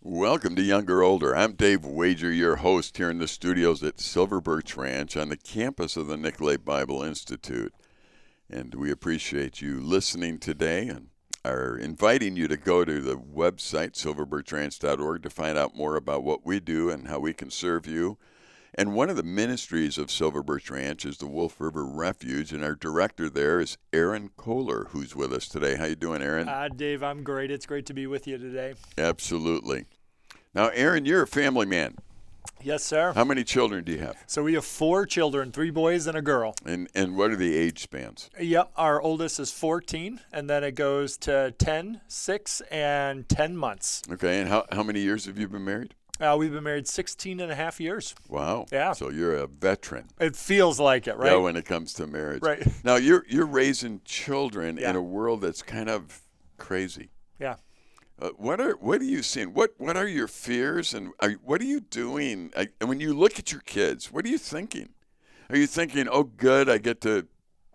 Welcome to Younger Older. I'm Dave Wager, your host here in the studios at Silver Birch Ranch on the campus of the Nicolay Bible Institute. And we appreciate you listening today and are inviting you to go to the website, silverbirchranch.org, to find out more about what we do and how we can serve you. And one of the ministries of Silver Birch Ranch is the Wolf River Refuge, and our director there is Aaron Kohler, who's with us today. How you doing, Aaron? Uh, Dave, I'm great. It's great to be with you today. Absolutely. Now, Aaron, you're a family man. Yes, sir. How many children do you have? So we have four children, three boys and a girl. And and what are the age spans? Yep, our oldest is 14, and then it goes to 10, 6, and 10 months. Okay, and how, how many years have you been married? Uh, we've been married 16 and a half years. Wow. Yeah. So you're a veteran. It feels like it, yeah, right? when it comes to marriage. Right. Now you're you're raising children in Yeah. a world that's kind of crazy. Yeah. Uh, what are what are you seeing? What what are your fears and are, what are you doing? I, and when you look at your kids, what are you thinking? Are you thinking, "Oh, good, I get to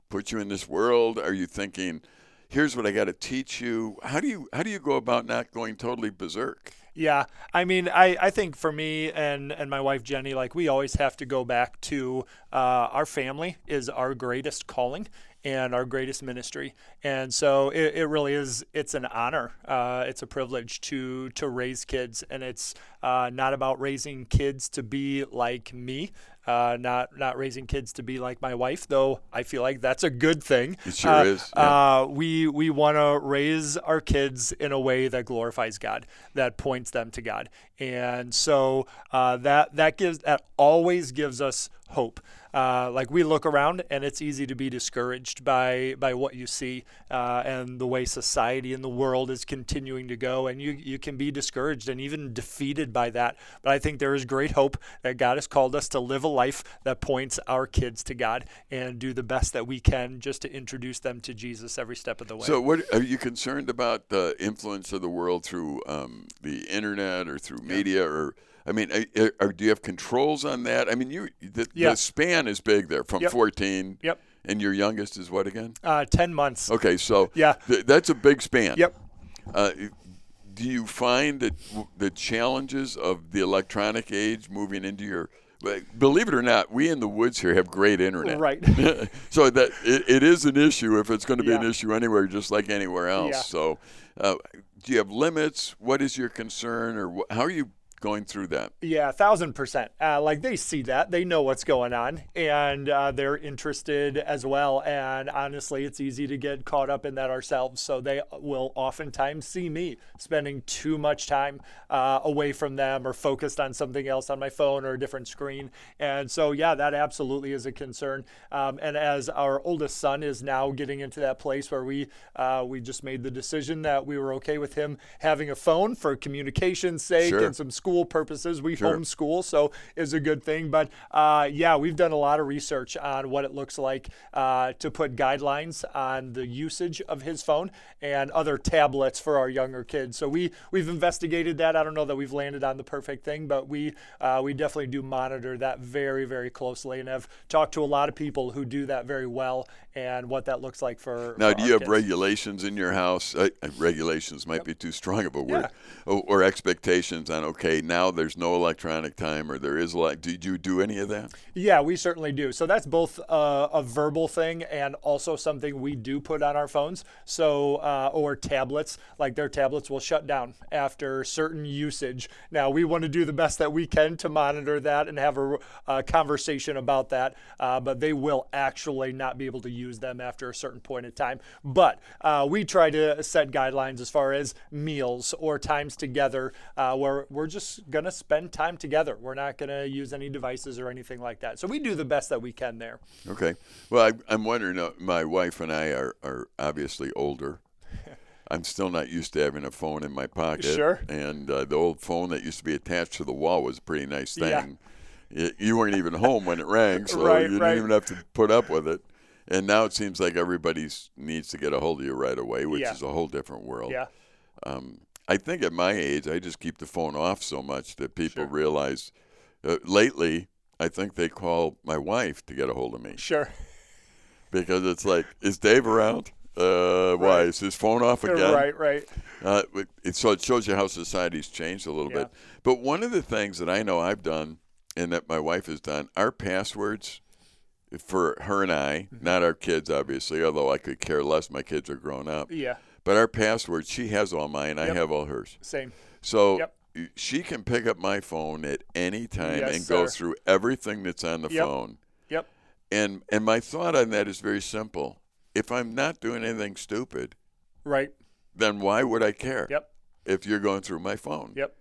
put you in this world"? Are you thinking, "Here's what I got to teach you"? How do you how do you go about not going totally berserk? Yeah, I mean, I, I think for me and, and my wife Jenny, like we always have to go back to uh, our family is our greatest calling and our greatest ministry, and so it, it really is. It's an honor. Uh, it's a privilege to to raise kids, and it's uh, not about raising kids to be like me. Uh, not not raising kids to be like my wife, though. I feel like that's a good thing. It sure Uh, is, yeah. uh, uh, we we want to raise our kids in a way that glorifies God, that points them to God, and so uh, that that gives that always gives us hope. Uh, like we look around, and it's easy to be discouraged by by what you see uh, and the way society and the world is continuing to go, and you you can be discouraged and even defeated by that. But I think there is great hope that God has called us to live a life that points our kids to God and do the best that we can just to introduce them to Jesus every step of the way. So, what are you concerned about the influence of the world through um, the internet or through media or? I mean, are, are, do you have controls on that? I mean, you the, Yeah. the span is big there from Yep. 14. Yep. And your youngest is what again? uh, 10 months. Okay, so Yeah. th- that's a big span. Yep. Uh, do you find that w- the challenges of the electronic age moving into your like, believe it or not, we in the woods here have great internet. Right. so that it, it is an issue if it's going to be an Yeah. issue anywhere, just like anywhere else. Yeah. So, uh, do you have limits? What is your concern, or wh- how are you going through that? Yeah, a thousand percent. Uh, like they see that, they know what's going on, and uh, they're interested as well. And honestly, it's easy to get caught up in that ourselves. So they will oftentimes see me spending too much time uh, away from them or focused on something else on my phone or a different screen. And so, yeah, that absolutely is a concern. Um, and as our oldest son is now getting into that place where we uh, we just made the decision that we were okay with him having a phone for communication's sake Sure. and some school purposes. We homeschool, so is a good thing. But uh, yeah, we've done a lot of research on what it looks like uh, to put guidelines on the usage of his phone and other tablets for our younger kids. So we we've investigated that. I don't know that we've landed on the perfect thing, but we uh, we definitely do monitor that very very closely and have talked to a lot of people who do that very well and what that looks like for. Now, for do our you have kids. regulations in your house? Uh, uh, regulations might be too strong of a word, Yeah. or, or expectations on okay, now there's no electronic time, or there is like. Did you do any of that? Yeah, we certainly do. So that's both uh, a verbal thing and also something we do put on our phones. So uh, or tablets, like their tablets will shut down after certain usage. Now we want to do the best that we can to monitor that and have a, uh conversation about that. Uh, but they will actually not be able to use them after a certain point in time. But uh, we try to set guidelines as far as meals or times together, uh, where we're just gonna spend time together. We're not gonna use any devices or anything like that. So we do the best that we can there. Okay. Well, I, I'm wondering. Uh, my wife and I are, are obviously older. I'm still not used to having a phone in my pocket. Sure. And uh, the old phone that used to be attached to the wall was a pretty nice Yeah. thing. Y- you weren't even home when it rang, so Right, you didn't right. even have to put up with it. And now it seems like everybody needs to get a hold of you right away, which Yeah. is a whole different world. Yeah, I think at my age, I just keep the phone off so much that people realize. Uh, lately, I think they call my wife to get a hold of me sure. because it's like, is Dave around? uh, why is his phone off again? Right, right. Uh, but it, so it shows you how society's changed a little Yeah. bit. But one of the things that I know I've done and that my wife has done, our passwords for her and I, Mm-hmm. not our kids, obviously, although I could care less. My kids are grown up. Yeah, But our passwords, she has all mine, I Yep. have all hers. same. So Yep. she can pick up my phone at any time Yes, and go sir. through everything that's on the Yep. phone. Yep. And and my thought on that is very simple. If I'm not doing anything stupid, Right. then why would I care? Yep. If you're going through my phone. Yep.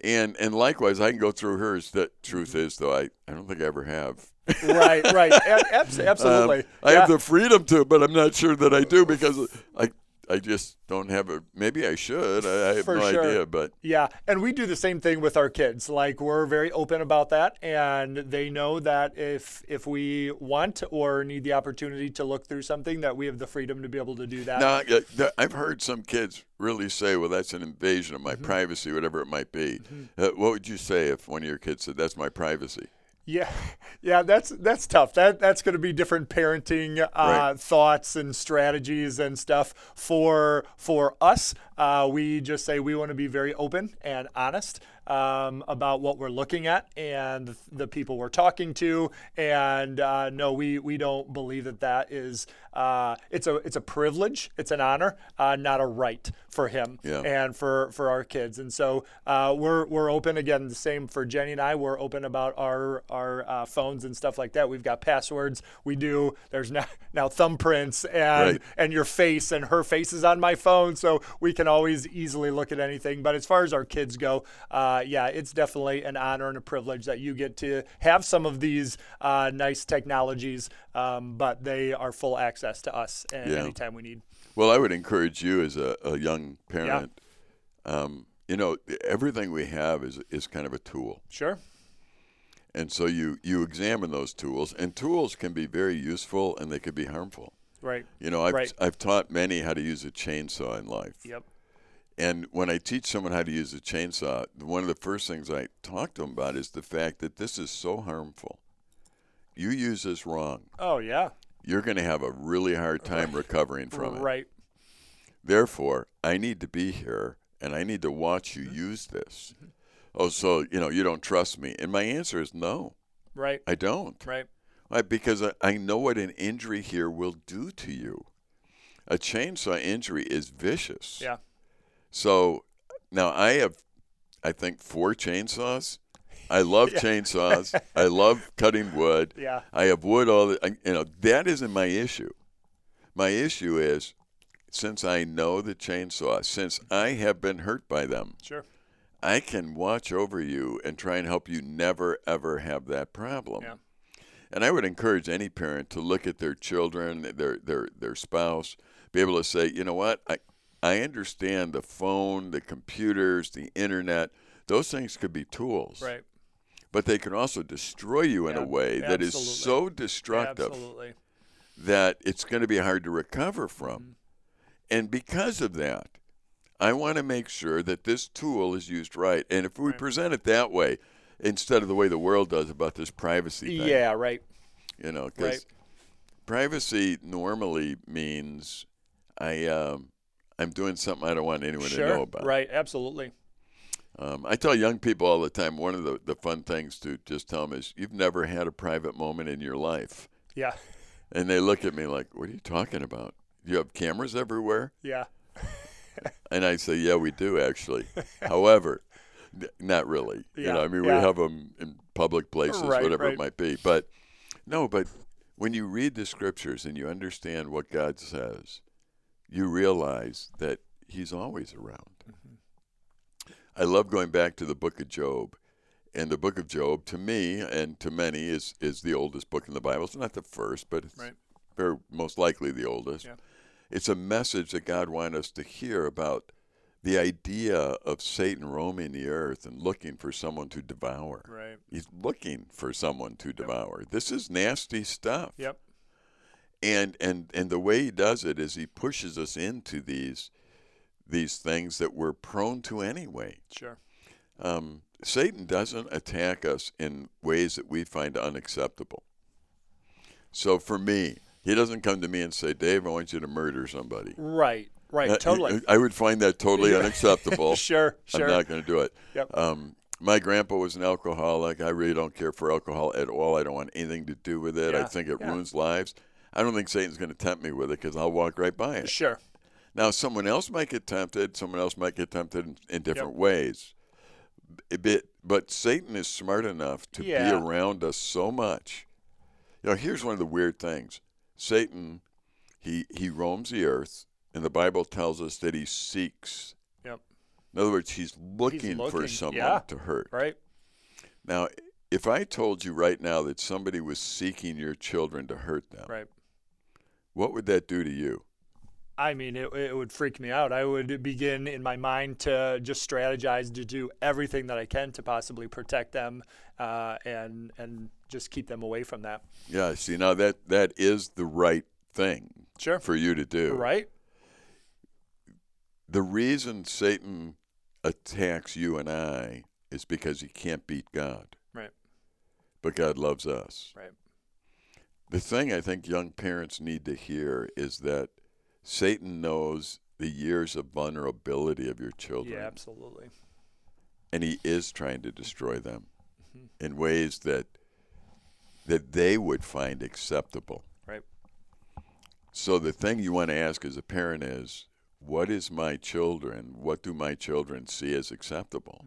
And and likewise I can go through hers. The truth is though I, I don't think I ever have. Right. Right. A- abs- Um, absolutely. I yeah. have the freedom to, but I'm not sure that I do because I I just don't have a maybe I should. I, I have For no sure. idea, but Yeah, and we do the same thing with our kids. Like we're very open about that, and they know that if if we want or need the opportunity to look through something, that we have the freedom to be able to do that. No, uh, th- I've heard some kids really say, "Well, that's an invasion of my Mm-hmm. privacy, whatever it might be." Uh, what would you say if one of your kids said, "That's my privacy"? Yeah, yeah, that's that's tough. That that's going to be different parenting uh, Right. thoughts and strategies and stuff for for us. Uh, we just say we want to be very open and honest um, about what we're looking at and th- the people we're talking to. And uh, no, we we don't believe that that is uh, it's a it's a privilege, it's an honor, uh, not a right for him Yeah. and for for our kids. And so uh, we're we're open again. The same for Jenny and I. We're open about our our uh, phones and stuff like that. We've got passwords. We do. There's now now thumbprints and Right. and your face and her face is on my phone, so we can always easily look at anything. But as far as our kids go, uh, yeah, it's definitely an honor and a privilege that you get to have some of these uh, nice technologies. Um, but they are full access to us and Yeah. anytime we need. Well, I would encourage you as a, a young parent. Um, you know, everything we have is is kind of a tool, Sure. and so you you examine those tools, and tools can be very useful, and they could be harmful. Right. You know, I've Right. I've taught many how to use a chainsaw in life. Yep. And when I teach someone how to use a chainsaw, one of the first things I talk to them about is the fact that this is so harmful. You use this wrong, Oh yeah. you're going to have a really hard time recovering from it. right. Therefore, I need to be here and I need to watch you Mm-hmm. use this. Oh, so, you know, you don't trust me. And my answer is no, Right. I don't. Right. Why? Because I, I know what an injury here will do to you. A chainsaw injury is vicious. Yeah. So now I have, I think, four chainsaws. I love chainsaws. I love cutting wood. Yeah. I have wood all the, I, you know, that isn't my issue. My issue is since I know the chainsaw, since I have been hurt by them, Sure. I can watch over you and try and help you never, ever have that problem. Yeah. And I would encourage any parent to look at their children, their their their spouse, be able to say, you know what, I I understand the phone, the computers, the internet. Those things could be tools, Right. but they can also destroy you in Yeah, a way that is absolutely. so destructive Absolutely. that it's going to be hard to recover from. Mm-hmm. And because of that, I want to make sure that this tool is used right. And if we present it that way, instead of the way the world does about this privacy thing, Yeah. Right. you know, because Right. privacy normally means I um, I'm doing something I don't want anyone to know Sure. about. Right. Absolutely. Um, I tell young people all the time one of the, the fun things to just tell them is you've never had a private moment in your life, Yeah. and they look at me like, "What are you talking about? You have cameras everywhere?" Yeah. And I say, "Yeah, we do actually. However, n- not really. you Yeah, know, I mean, yeah. we have them in public places, Right, whatever right. it might be. But no, but when you read the scriptures and you understand what God says, you realize that He's always around. Mm-hmm. I love going back to the Book of Job. And the book of Job, to me and to many, is, is the oldest book in the Bible. It's not the first, but it's Right. very, most likely the oldest. Yeah. It's a message that God wanted us to hear about the idea of Satan roaming the earth and looking for someone to devour. Right. He's looking for someone to devour. This is nasty stuff. Yep. And and and the way he does it is he pushes us into these these things that we're prone to anyway. Sure. Um, Satan doesn't attack us in ways that we find unacceptable. So for me, He doesn't come to me and say, Dave, I want you to murder somebody. Right, right, Uh, totally. I would find that totally unacceptable. Sure, sure. I'm not going to do it. Yep. Um, my grandpa was an alcoholic. I really don't care for alcohol at all. I don't want anything to do with it. I Yeah, think it yeah. ruins lives. I don't think Satan's going to tempt me with it because I'll walk right by it. Sure. Now, someone else might get tempted. Someone else might get tempted in, in different ways. B- But, but Satan is smart enough to be Yeah. around us so much. You know, here's one of the weird things. Satan, he he roams the earth, and the Bible tells us that he seeks. Yep. In other words, he's looking, for looking, someone yeah. to hurt. Right. Now, if I told you right now that somebody was seeking your children to hurt them, Right. what would that do to you? I mean, it, it would freak me out. I would begin in my mind to just strategize to do everything that I can to possibly protect them uh, and and just keep them away from that. Yeah, see, now that that is the right thing Sure. for you to do. Right. The reason Satan attacks you and I is because he can't beat God, Right. but God loves us. Right. The thing I think young parents need to hear is that Satan knows the years of vulnerability of your children. Yeah. Absolutely. and he is trying to destroy them in ways that that they would find acceptable. Right. So the thing you want to ask as a parent is what is my children what do my children see as acceptable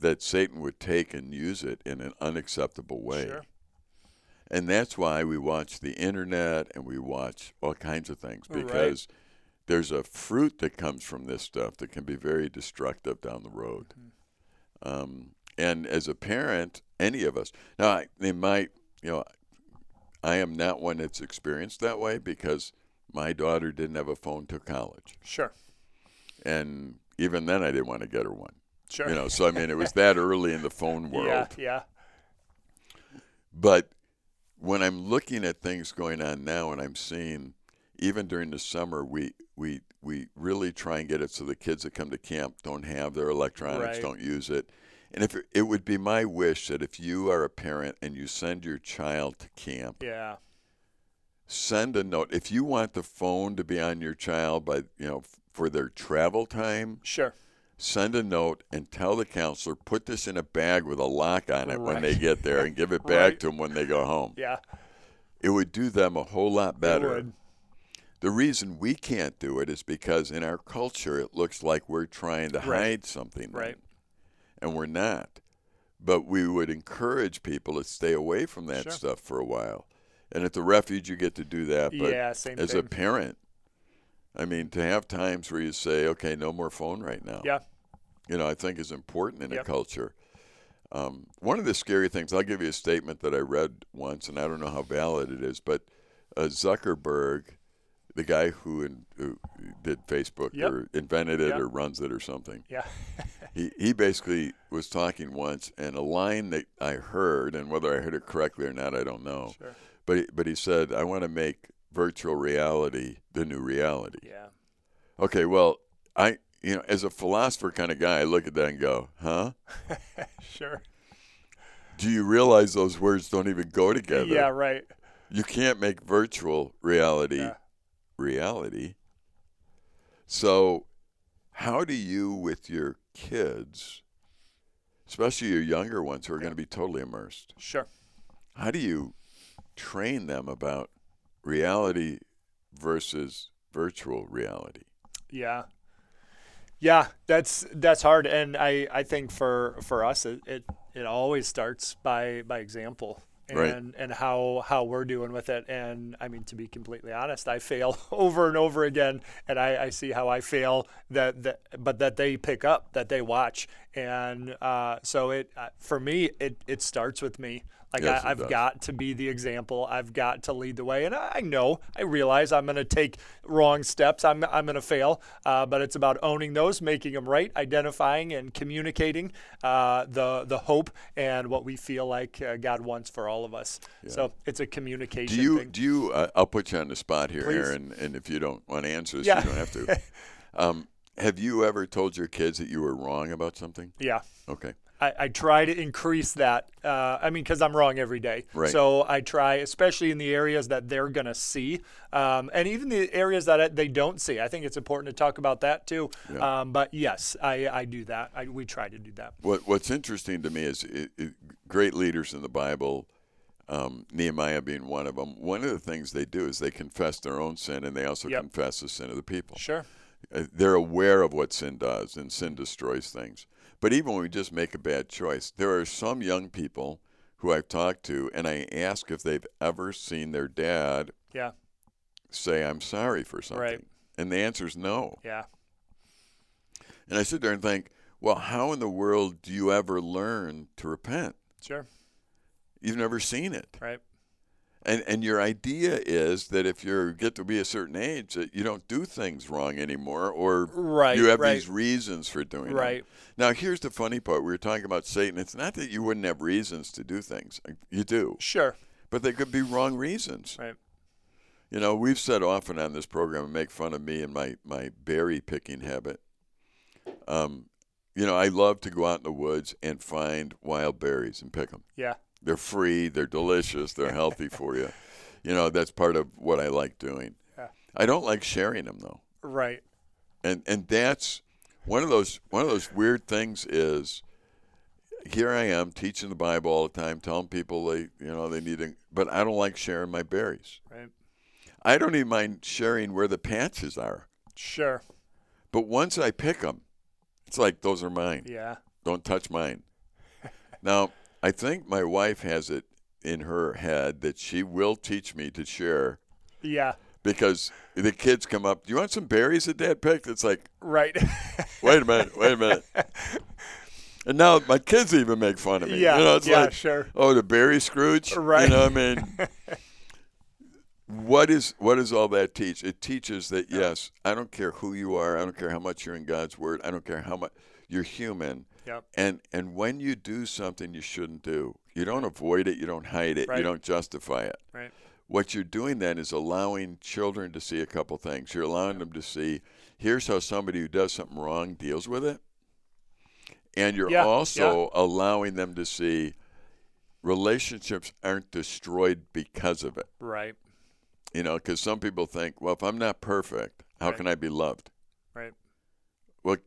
that Satan would take and use it in an unacceptable way. Sure. And that's why we watch the internet and we watch all kinds of things Right. because there's a fruit that comes from this stuff that can be very destructive down the road. Mm-hmm. Um, and as a parent, any of us now, I, in my you know, I am not one that's experienced that way because my daughter didn't have a phone till college, Sure. and even then, I didn't want to get her one. Sure. You know, so I mean, it was that early in the phone world. yeah. Yeah. But when I'm looking at things going on now and I'm seeing even during the summer we we we really try and get it so the kids that come to camp don't have their electronics, Right. don't use it. And if it would be my wish that if you are a parent and you send your child to camp, Yeah. send a note. If you want the phone to be on your child by you know f- for their travel time, Sure. send a note and tell the counselor put this in a bag with a lock on it when they Right. get there and give it back Right. to them when they go home Yeah. it would do them a whole lot It better. would. The reason we can't do it is because in our culture it looks like we're trying to Right. hide something, Right. And we're not. But we would encourage people to stay away from that Sure. stuff for a while. And at the refuge you get to do that, but Yeah. Same as a thing. parent, I mean, to have times where you say, "Okay, no more phone right now." yeah. you know, I think is important in a Yep. culture. Um, one of the scary things, I'll give you a statement that I read once, and I don't know how valid it is, but uh, Zuckerberg, the guy who, in, who did Facebook Yep. or invented it Yep. or runs it or something, Yeah. he, he basically was talking once, and a line that I heard, and whether I heard it correctly or not, I don't know. Sure. But he, but he said, I want to make virtual reality the new reality. Yeah. Okay, well, I you know, as a philosopher kind of guy, I look at that and go, "Huh? Sure. Do you realize those words don't even go together? Yeah. Right. You can't make virtual reality Yeah. reality." So, how do you with your kids, especially your younger ones who are going to be totally immersed? Sure. How do you train them about reality versus virtual reality? Yeah. Yeah, that's that's hard, and I I think for for us it it, it always starts by by example. And, Right. and how how we're doing with it and I mean to be completely honest I fail over and over again and I, I see how I fail that, that but that they pick up that they watch and uh, so it uh, for me it it starts with me like Yes, it I, I've does. got got to be the example. I've got to lead the way. And I I know, I realize I'm going to take wrong steps. I'm, I'm going to fail. Uh, but it's about owning those, making them right, identifying and communicating uh, the, the hope and what we feel like uh, God wants for all of us. So it's a communication Do you thing. do you? Uh, I'll put you on the spot here, Please. Aaron. And if you don't want to answer this, Yeah. you don't have to. um, have you ever told your kids that you were wrong about something? Yeah. Okay. I, I try to increase that. Uh, I mean, because I'm wrong every day. Right. So I try, especially in the areas that they're going to see, um, and even the areas that I- they don't see. I think it's important to talk about that too. Um, but yes, I, I do that. I, we try to do that. What What's interesting to me is it, it, great leaders in the Bible, um, Nehemiah being one of them. One of the things they do is they confess their own sin and they also Yep. confess the sin of the people. Sure. Uh, They're aware of what sin does, and sin destroys things. But even when we just make a bad choice, there are some young people who I've talked to, and I ask if they've ever seen their dad Yeah. say, "I'm sorry for something," Right. and the answer is no. Yeah. And I sit there and think, well, how in the world do you ever learn to repent? Sure. You've never seen it. Right. And and your idea is that if you get to be a certain age, that you don't do things wrong anymore, or Right, you have right. these reasons for doing them. Right. Now, here's the funny part: we were talking about Satan. It's not that you wouldn't have reasons to do things; Uh, you do, Sure. but they could be wrong reasons. Right. You know, we've said often on this program and make fun of me and my my berry picking habit. Um, you know, I love to go out in the woods and find wild berries and pick them. Yeah. They're free. They're delicious. They're healthy for you. You know, that's part of what I like doing. Yeah. I don't like sharing them though, Right. and and that's one of those one of those weird things is here I am teaching the Bible all the time, telling people they you know they need, to, but I don't like sharing my berries. Right. I don't even mind sharing where the patches are, Sure. but once I pick them, it's like those are mine. Yeah. Don't touch mine. now, I think my wife has it in her head that she will teach me to share Yeah. because the kids come up, Do you want some berries that dad picked? It's like, Right. wait a minute, wait a minute. And now my kids even make fun of me. yeah. You know, it's yeah. like, sure. oh, the berry Scrooge? You Right. know what I mean? What is what does all that teach? It teaches that yes, I don't care who you are, I don't care how much you're in God's word, I don't care how much you're human. Yep. And and when you do something you shouldn't do, you don't avoid it, you don't hide it, Right. you don't justify it. Right. What you're doing then is allowing children to see a couple things. You're allowing them to see here's how somebody who does something wrong deals with it. And you're Yeah, also allowing them to see relationships aren't destroyed because of it. Right. You know, because some people think, well, if I'm not perfect, how Right. can I be loved? Right. Well,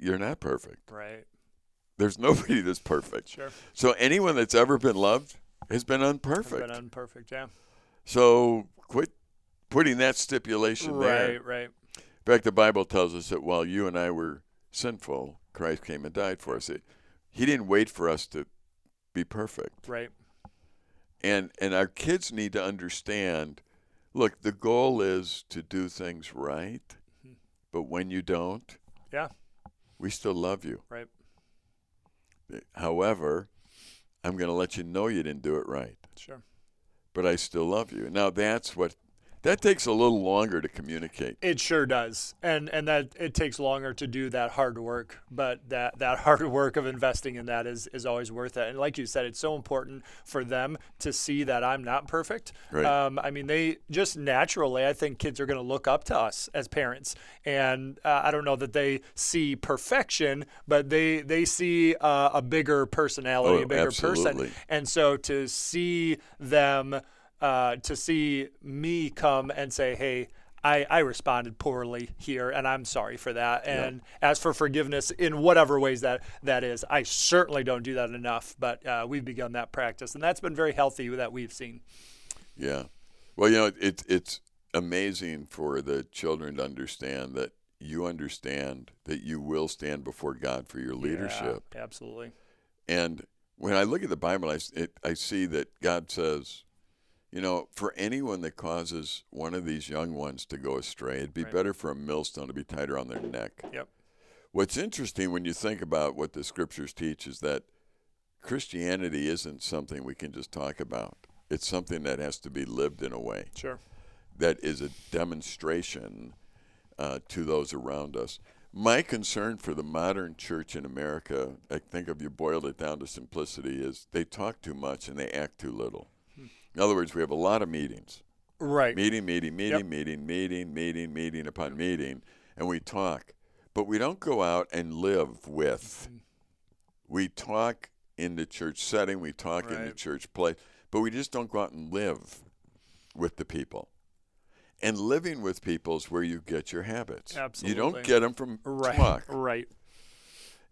you're not perfect. Right. There's nobody that's perfect. Sure. So anyone that's ever been loved has been Could've unperfect. Been unperfect. Yeah. so quit putting that stipulation there. Right. Right. In fact, the Bible tells us that while you and I were sinful, Christ came and died for us. It- he didn't wait for us to be perfect. Right. And and our kids need to understand, look, the goal is to do things right, but when you don't, Yeah. we still love you. Right. However, I'm going to let you know you didn't do it right. Sure. but I still love you. Now that's what that takes a little longer to communicate. It sure does, and and that it takes longer to do that hard work, but that that hard work of investing in that is is always worth it. And like you said, it's so important for them to see that I'm not perfect. Right. Um, I mean, they just naturally, I think kids are going to look up to us as parents, and uh, I don't know that they see perfection, but they they see uh, a bigger personality, Oh, a bigger absolutely. person, and so to see them, uh, to see me come and say, hey, I, I responded poorly here and I'm sorry for that. And as for forgiveness in whatever ways that that is, I certainly don't do that enough, but uh, we've begun that practice. And that's been very healthy that we've seen. Yeah. Well, you know, it's it's amazing for the children to understand that you understand that you will stand before God for your leadership. Yeah, absolutely. And when I look at the Bible, I s- it, I see that God says, you know, for anyone that causes one of these young ones to go astray, it'd be Right. better for a millstone to be tied around their neck. Yep. What's interesting when you think about what the scriptures teach is that Christianity isn't something we can just talk about. It's something that has to be lived in a way Sure. that is a demonstration uh, to those around us. My concern for the modern church in America, I think if you boiled it down to simplicity, is they talk too much and they act too little. In other words, we have a lot of meetings Right. meeting, meeting, meeting, Yep. meeting, meeting, meeting, meeting upon meeting, and we talk, but we don't go out and live with. We talk in the church setting, we talk in the Right. church place, but we just don't go out and live with the people. And living with people is where you get your habits. You Absolutely. don't get them from Right. talk Right.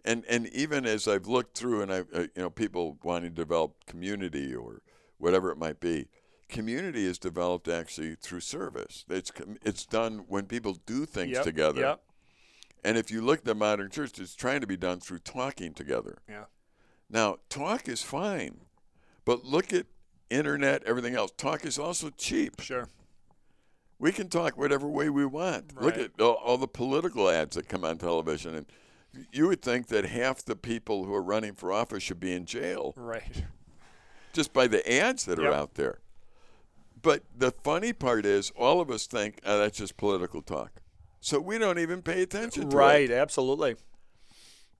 and and even as I've looked through and I uh, you know people wanting to develop community or whatever it might be, community is developed actually through service. It's com- it's done when people do things Yep, together. Yep. And if you look at the modern church, it's trying to be done through talking together. Yeah. Now talk is fine, but look at internet, everything else. Talk is also cheap. Sure. We can talk whatever way we want. Look Right. at all, all the political ads that come on television, and you would think that half the people who are running for office should be in jail Right. just by the ads that are Yep. out there. But the funny part is, all of us think oh, that's just political talk, so we don't even pay attention to it. Right. Absolutely.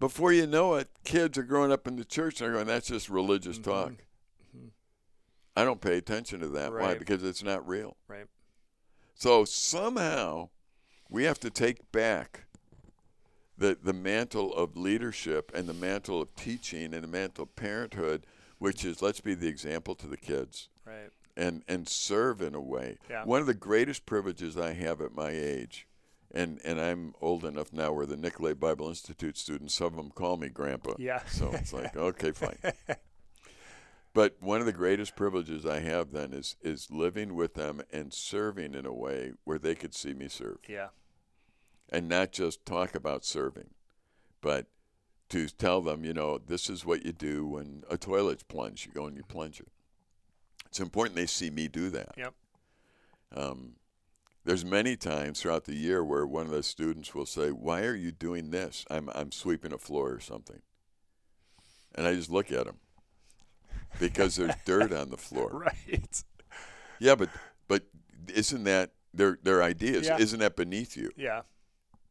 Before you know it, kids are growing up in the church and they're going, "That's just religious Mm-hmm. talk." I don't pay attention to that. Why? Right. Because it's not real. Right. So somehow we have to take back the the mantle of leadership and the mantle of teaching and the mantle of parenthood, which is let's be the example to the kids Right. and and serve in a way. Yeah. One of the greatest privileges I have at my age, and and I'm old enough now where the Nicolay Bible Institute students, some of them call me Grandpa. Yeah. So it's like okay, fine. But one of the greatest privileges I have then is is living with them and serving in a way where they could see me serve Yeah. and not just talk about serving, but to tell them, you know, this is what you do when a toilet's plunged. You go and you plunge it. It's important they see me do that. Yep. Um, there's many times throughout the year where one of the students will say, "Why are you doing this? I'm I'm sweeping a floor or something," and I just look at them because there's dirt on the floor. Right. Yeah, but but isn't that their their ideas? Yeah. Isn't that beneath you? Yeah.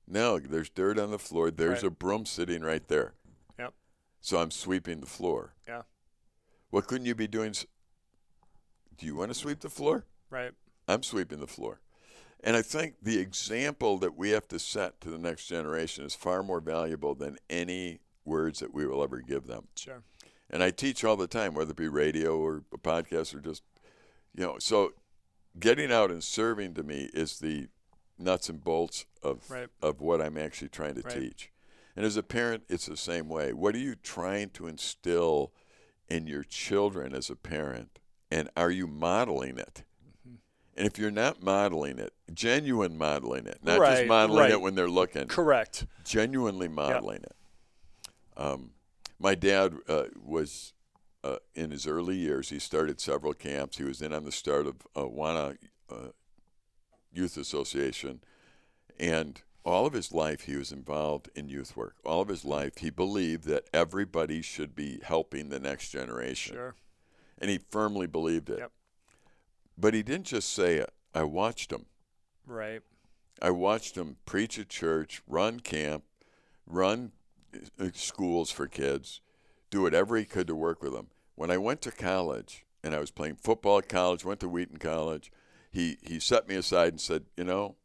No, there's dirt on the floor. There's a Right. broom sitting right there. Yep. So I'm sweeping the floor. Yeah. What couldn't you be doing? s- Do you want to sweep the floor? Right. I'm sweeping the floor. And I think the example that we have to set to the next generation is far more valuable than any words that we will ever give them. Sure. And I teach all the time, whether it be radio or a podcast or just, you know, so getting out and serving to me is the nuts and bolts of Right. of what I'm actually trying to Right. teach. And as a parent, it's the same way. What are you trying to instill in your children as a parent? And are you modeling it? Mm-hmm. And if you're not modeling it, genuine modeling it, not just Right, modeling right. it when they're looking, Correct. genuinely modeling it. Um, my dad uh, was uh, in his early years. He started several camps. He was in on the start of uh, Wana uh, Youth Association, and all of his life he was involved in youth work. All of his life he believed that everybody should be helping the next generation, Sure. and he firmly believed it. Yep. But he didn't just say it. I watched him. Right. I watched him preach at church, run camp, run uh, schools for kids, do whatever he could to work with them. When I went to college and I was playing football at college, went to Wheaton College, he, he set me aside and said, You know,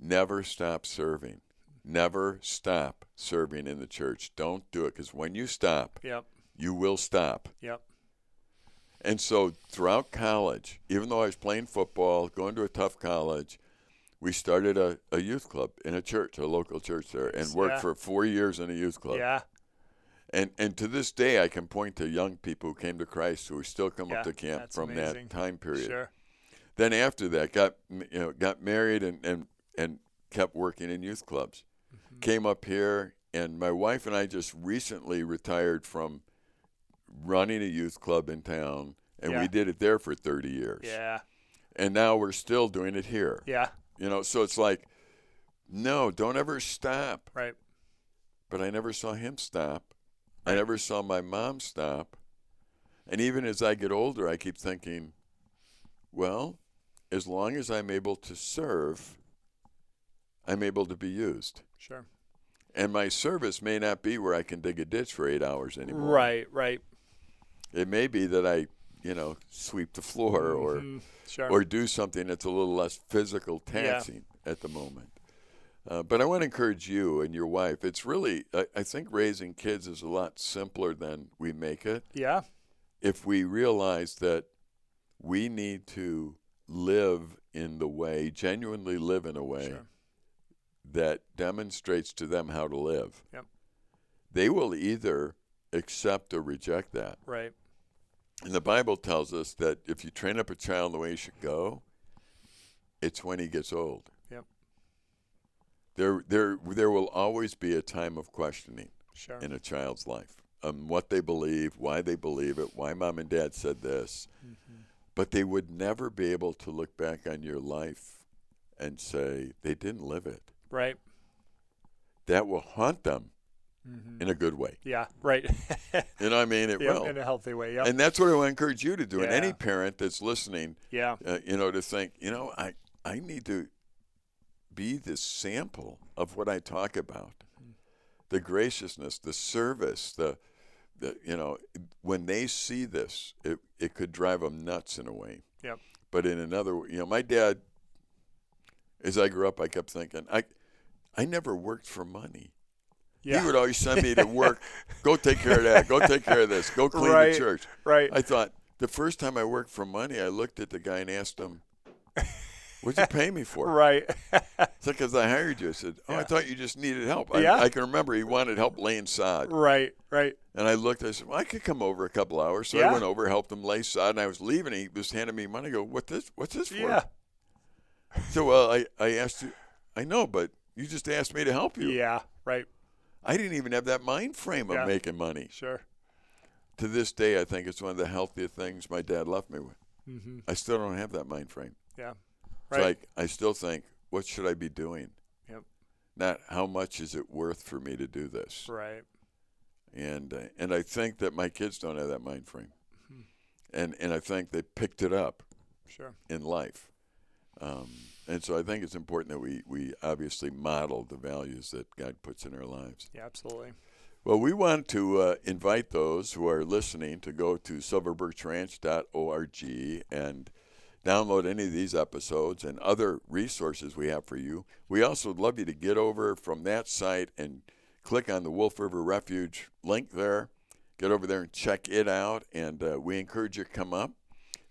never stop serving. Never stop serving in the church. Don't do it because when you stop, Yep. you will stop. Yep. And so throughout college, even though I was playing football, going to a tough college, we started a, a youth club in a church, a local church there, and worked Yeah. for four years in a youth club. Yeah. And and to this day, I can point to young people who came to Christ who still come Yeah, up to camp that's from amazing. that time period. Sure. Then after that, got m- you know got married and and, and kept working in youth clubs. Mm-hmm. Came up here, and my wife and I just recently retired from running a youth club in town, and Yeah. we did it there for thirty years Yeah. and now we're still doing it here. Yeah. You know, so it's like, no, don't ever stop. Right. But I never saw him stop. I never saw my mom stop. And even as I get older, I keep thinking, well, as long as I'm able to serve, I'm able to be used. Sure. And my service may not be where I can dig a ditch for eight hours anymore. Right. Right. It may be that I, you know, sweep the floor or Mhm. Sure. or do something that's a little less physical taxing at the moment. Uh, but I want to encourage you and your wife. It's really, I, I think raising kids is a lot simpler than we make it. Yeah. If we realize that we need to live in the way, genuinely live in a way Sure. that demonstrates to them how to live, Yep. they will either accept or reject that. Right. And the Bible tells us that if you train up a child the way he should go, it's when he gets old. Yep. There, there, there will always be a time of questioning Sure. in a child's life um, what they believe, why they believe it, why mom and dad said this. Mm-hmm. But they would never be able to look back on your life and say they didn't live it. Right. That will haunt them in a good way. Mm-hmm. Yeah. Right. You know what I mean? It yep. will. In a healthy way. Yep. And that's what I want to encourage you to do. And any Yeah. parent that's listening, yeah. uh, you know, to think, you know, I I need to be the sample of what I talk about, Hmm. the graciousness, the service, the, the you know, when they see this, it it could drive them nuts in a way. Yep. But in another, w- you know, my dad, as I grew up, I kept thinking, I I never worked for money. Yeah. He would always send me to work. go take care of that. Go take care of this. Go clean Right. the church. right. I thought the first time I worked for money, I looked at the guy and asked him, "What'd you pay me for?" right. because I hired you. I said, "Oh, I Yeah. thought you just needed help." I, Yeah. I can remember he wanted help laying sod, right. Right. and I looked. I said, "Well, I could come over a couple hours." So I Yeah. went over, helped him lay sod, and I was leaving. He was handing me money. I go, "What this? What's this for?" Yeah. So well, I I asked you. I know, but you just asked me to help you. Yeah. Right. I didn't even have that mind frame of Yeah. making money. Sure. To this day, I think it's one of the healthier things my dad left me with. Mhm. I still don't have that mind frame. Yeah. It's Right. like I still think, what should I be doing? Yep. Not how much is it worth for me to do this? Right. And uh, and I think that my kids don't have that mind frame, Hmm. and and I think they picked it up Sure. in life, um, and so I think it's important that we we obviously model the values that God puts in our lives. Yeah. Absolutely. Well, we want to uh, invite those who are listening to go to silverbergranch.org and download any of these episodes and other resources we have for you. We also would love you to get over from that site and click on the Wolf River Refuge link there. Get over there and check it out. And uh, we encourage you to come up,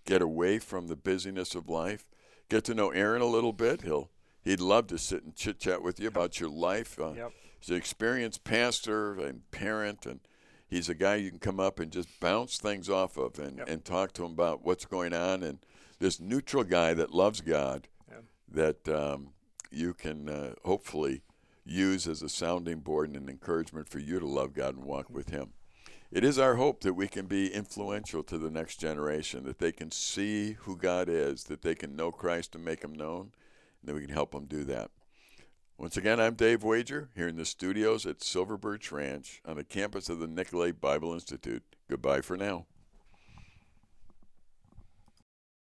get away from the busyness of life, get to know Aaron a little bit. He'll he'd love to sit and chit chat with you about your life. Uh, Yep. He's an experienced pastor and parent, and he's a guy you can come up and just bounce things off of and, Yep. and talk to him about what's going on. And this neutral guy that loves God Yeah. that um, you can uh, hopefully use as a sounding board and an encouragement for you to love God and walk with Him. It is our hope that we can be influential to the next generation, that they can see who God is, that they can know Christ and make Him known, and that we can help them do that. Once again, I'm Dave Wager here in the studios at Silver Birch Ranch on the campus of the Nicolay Bible Institute. Goodbye for now.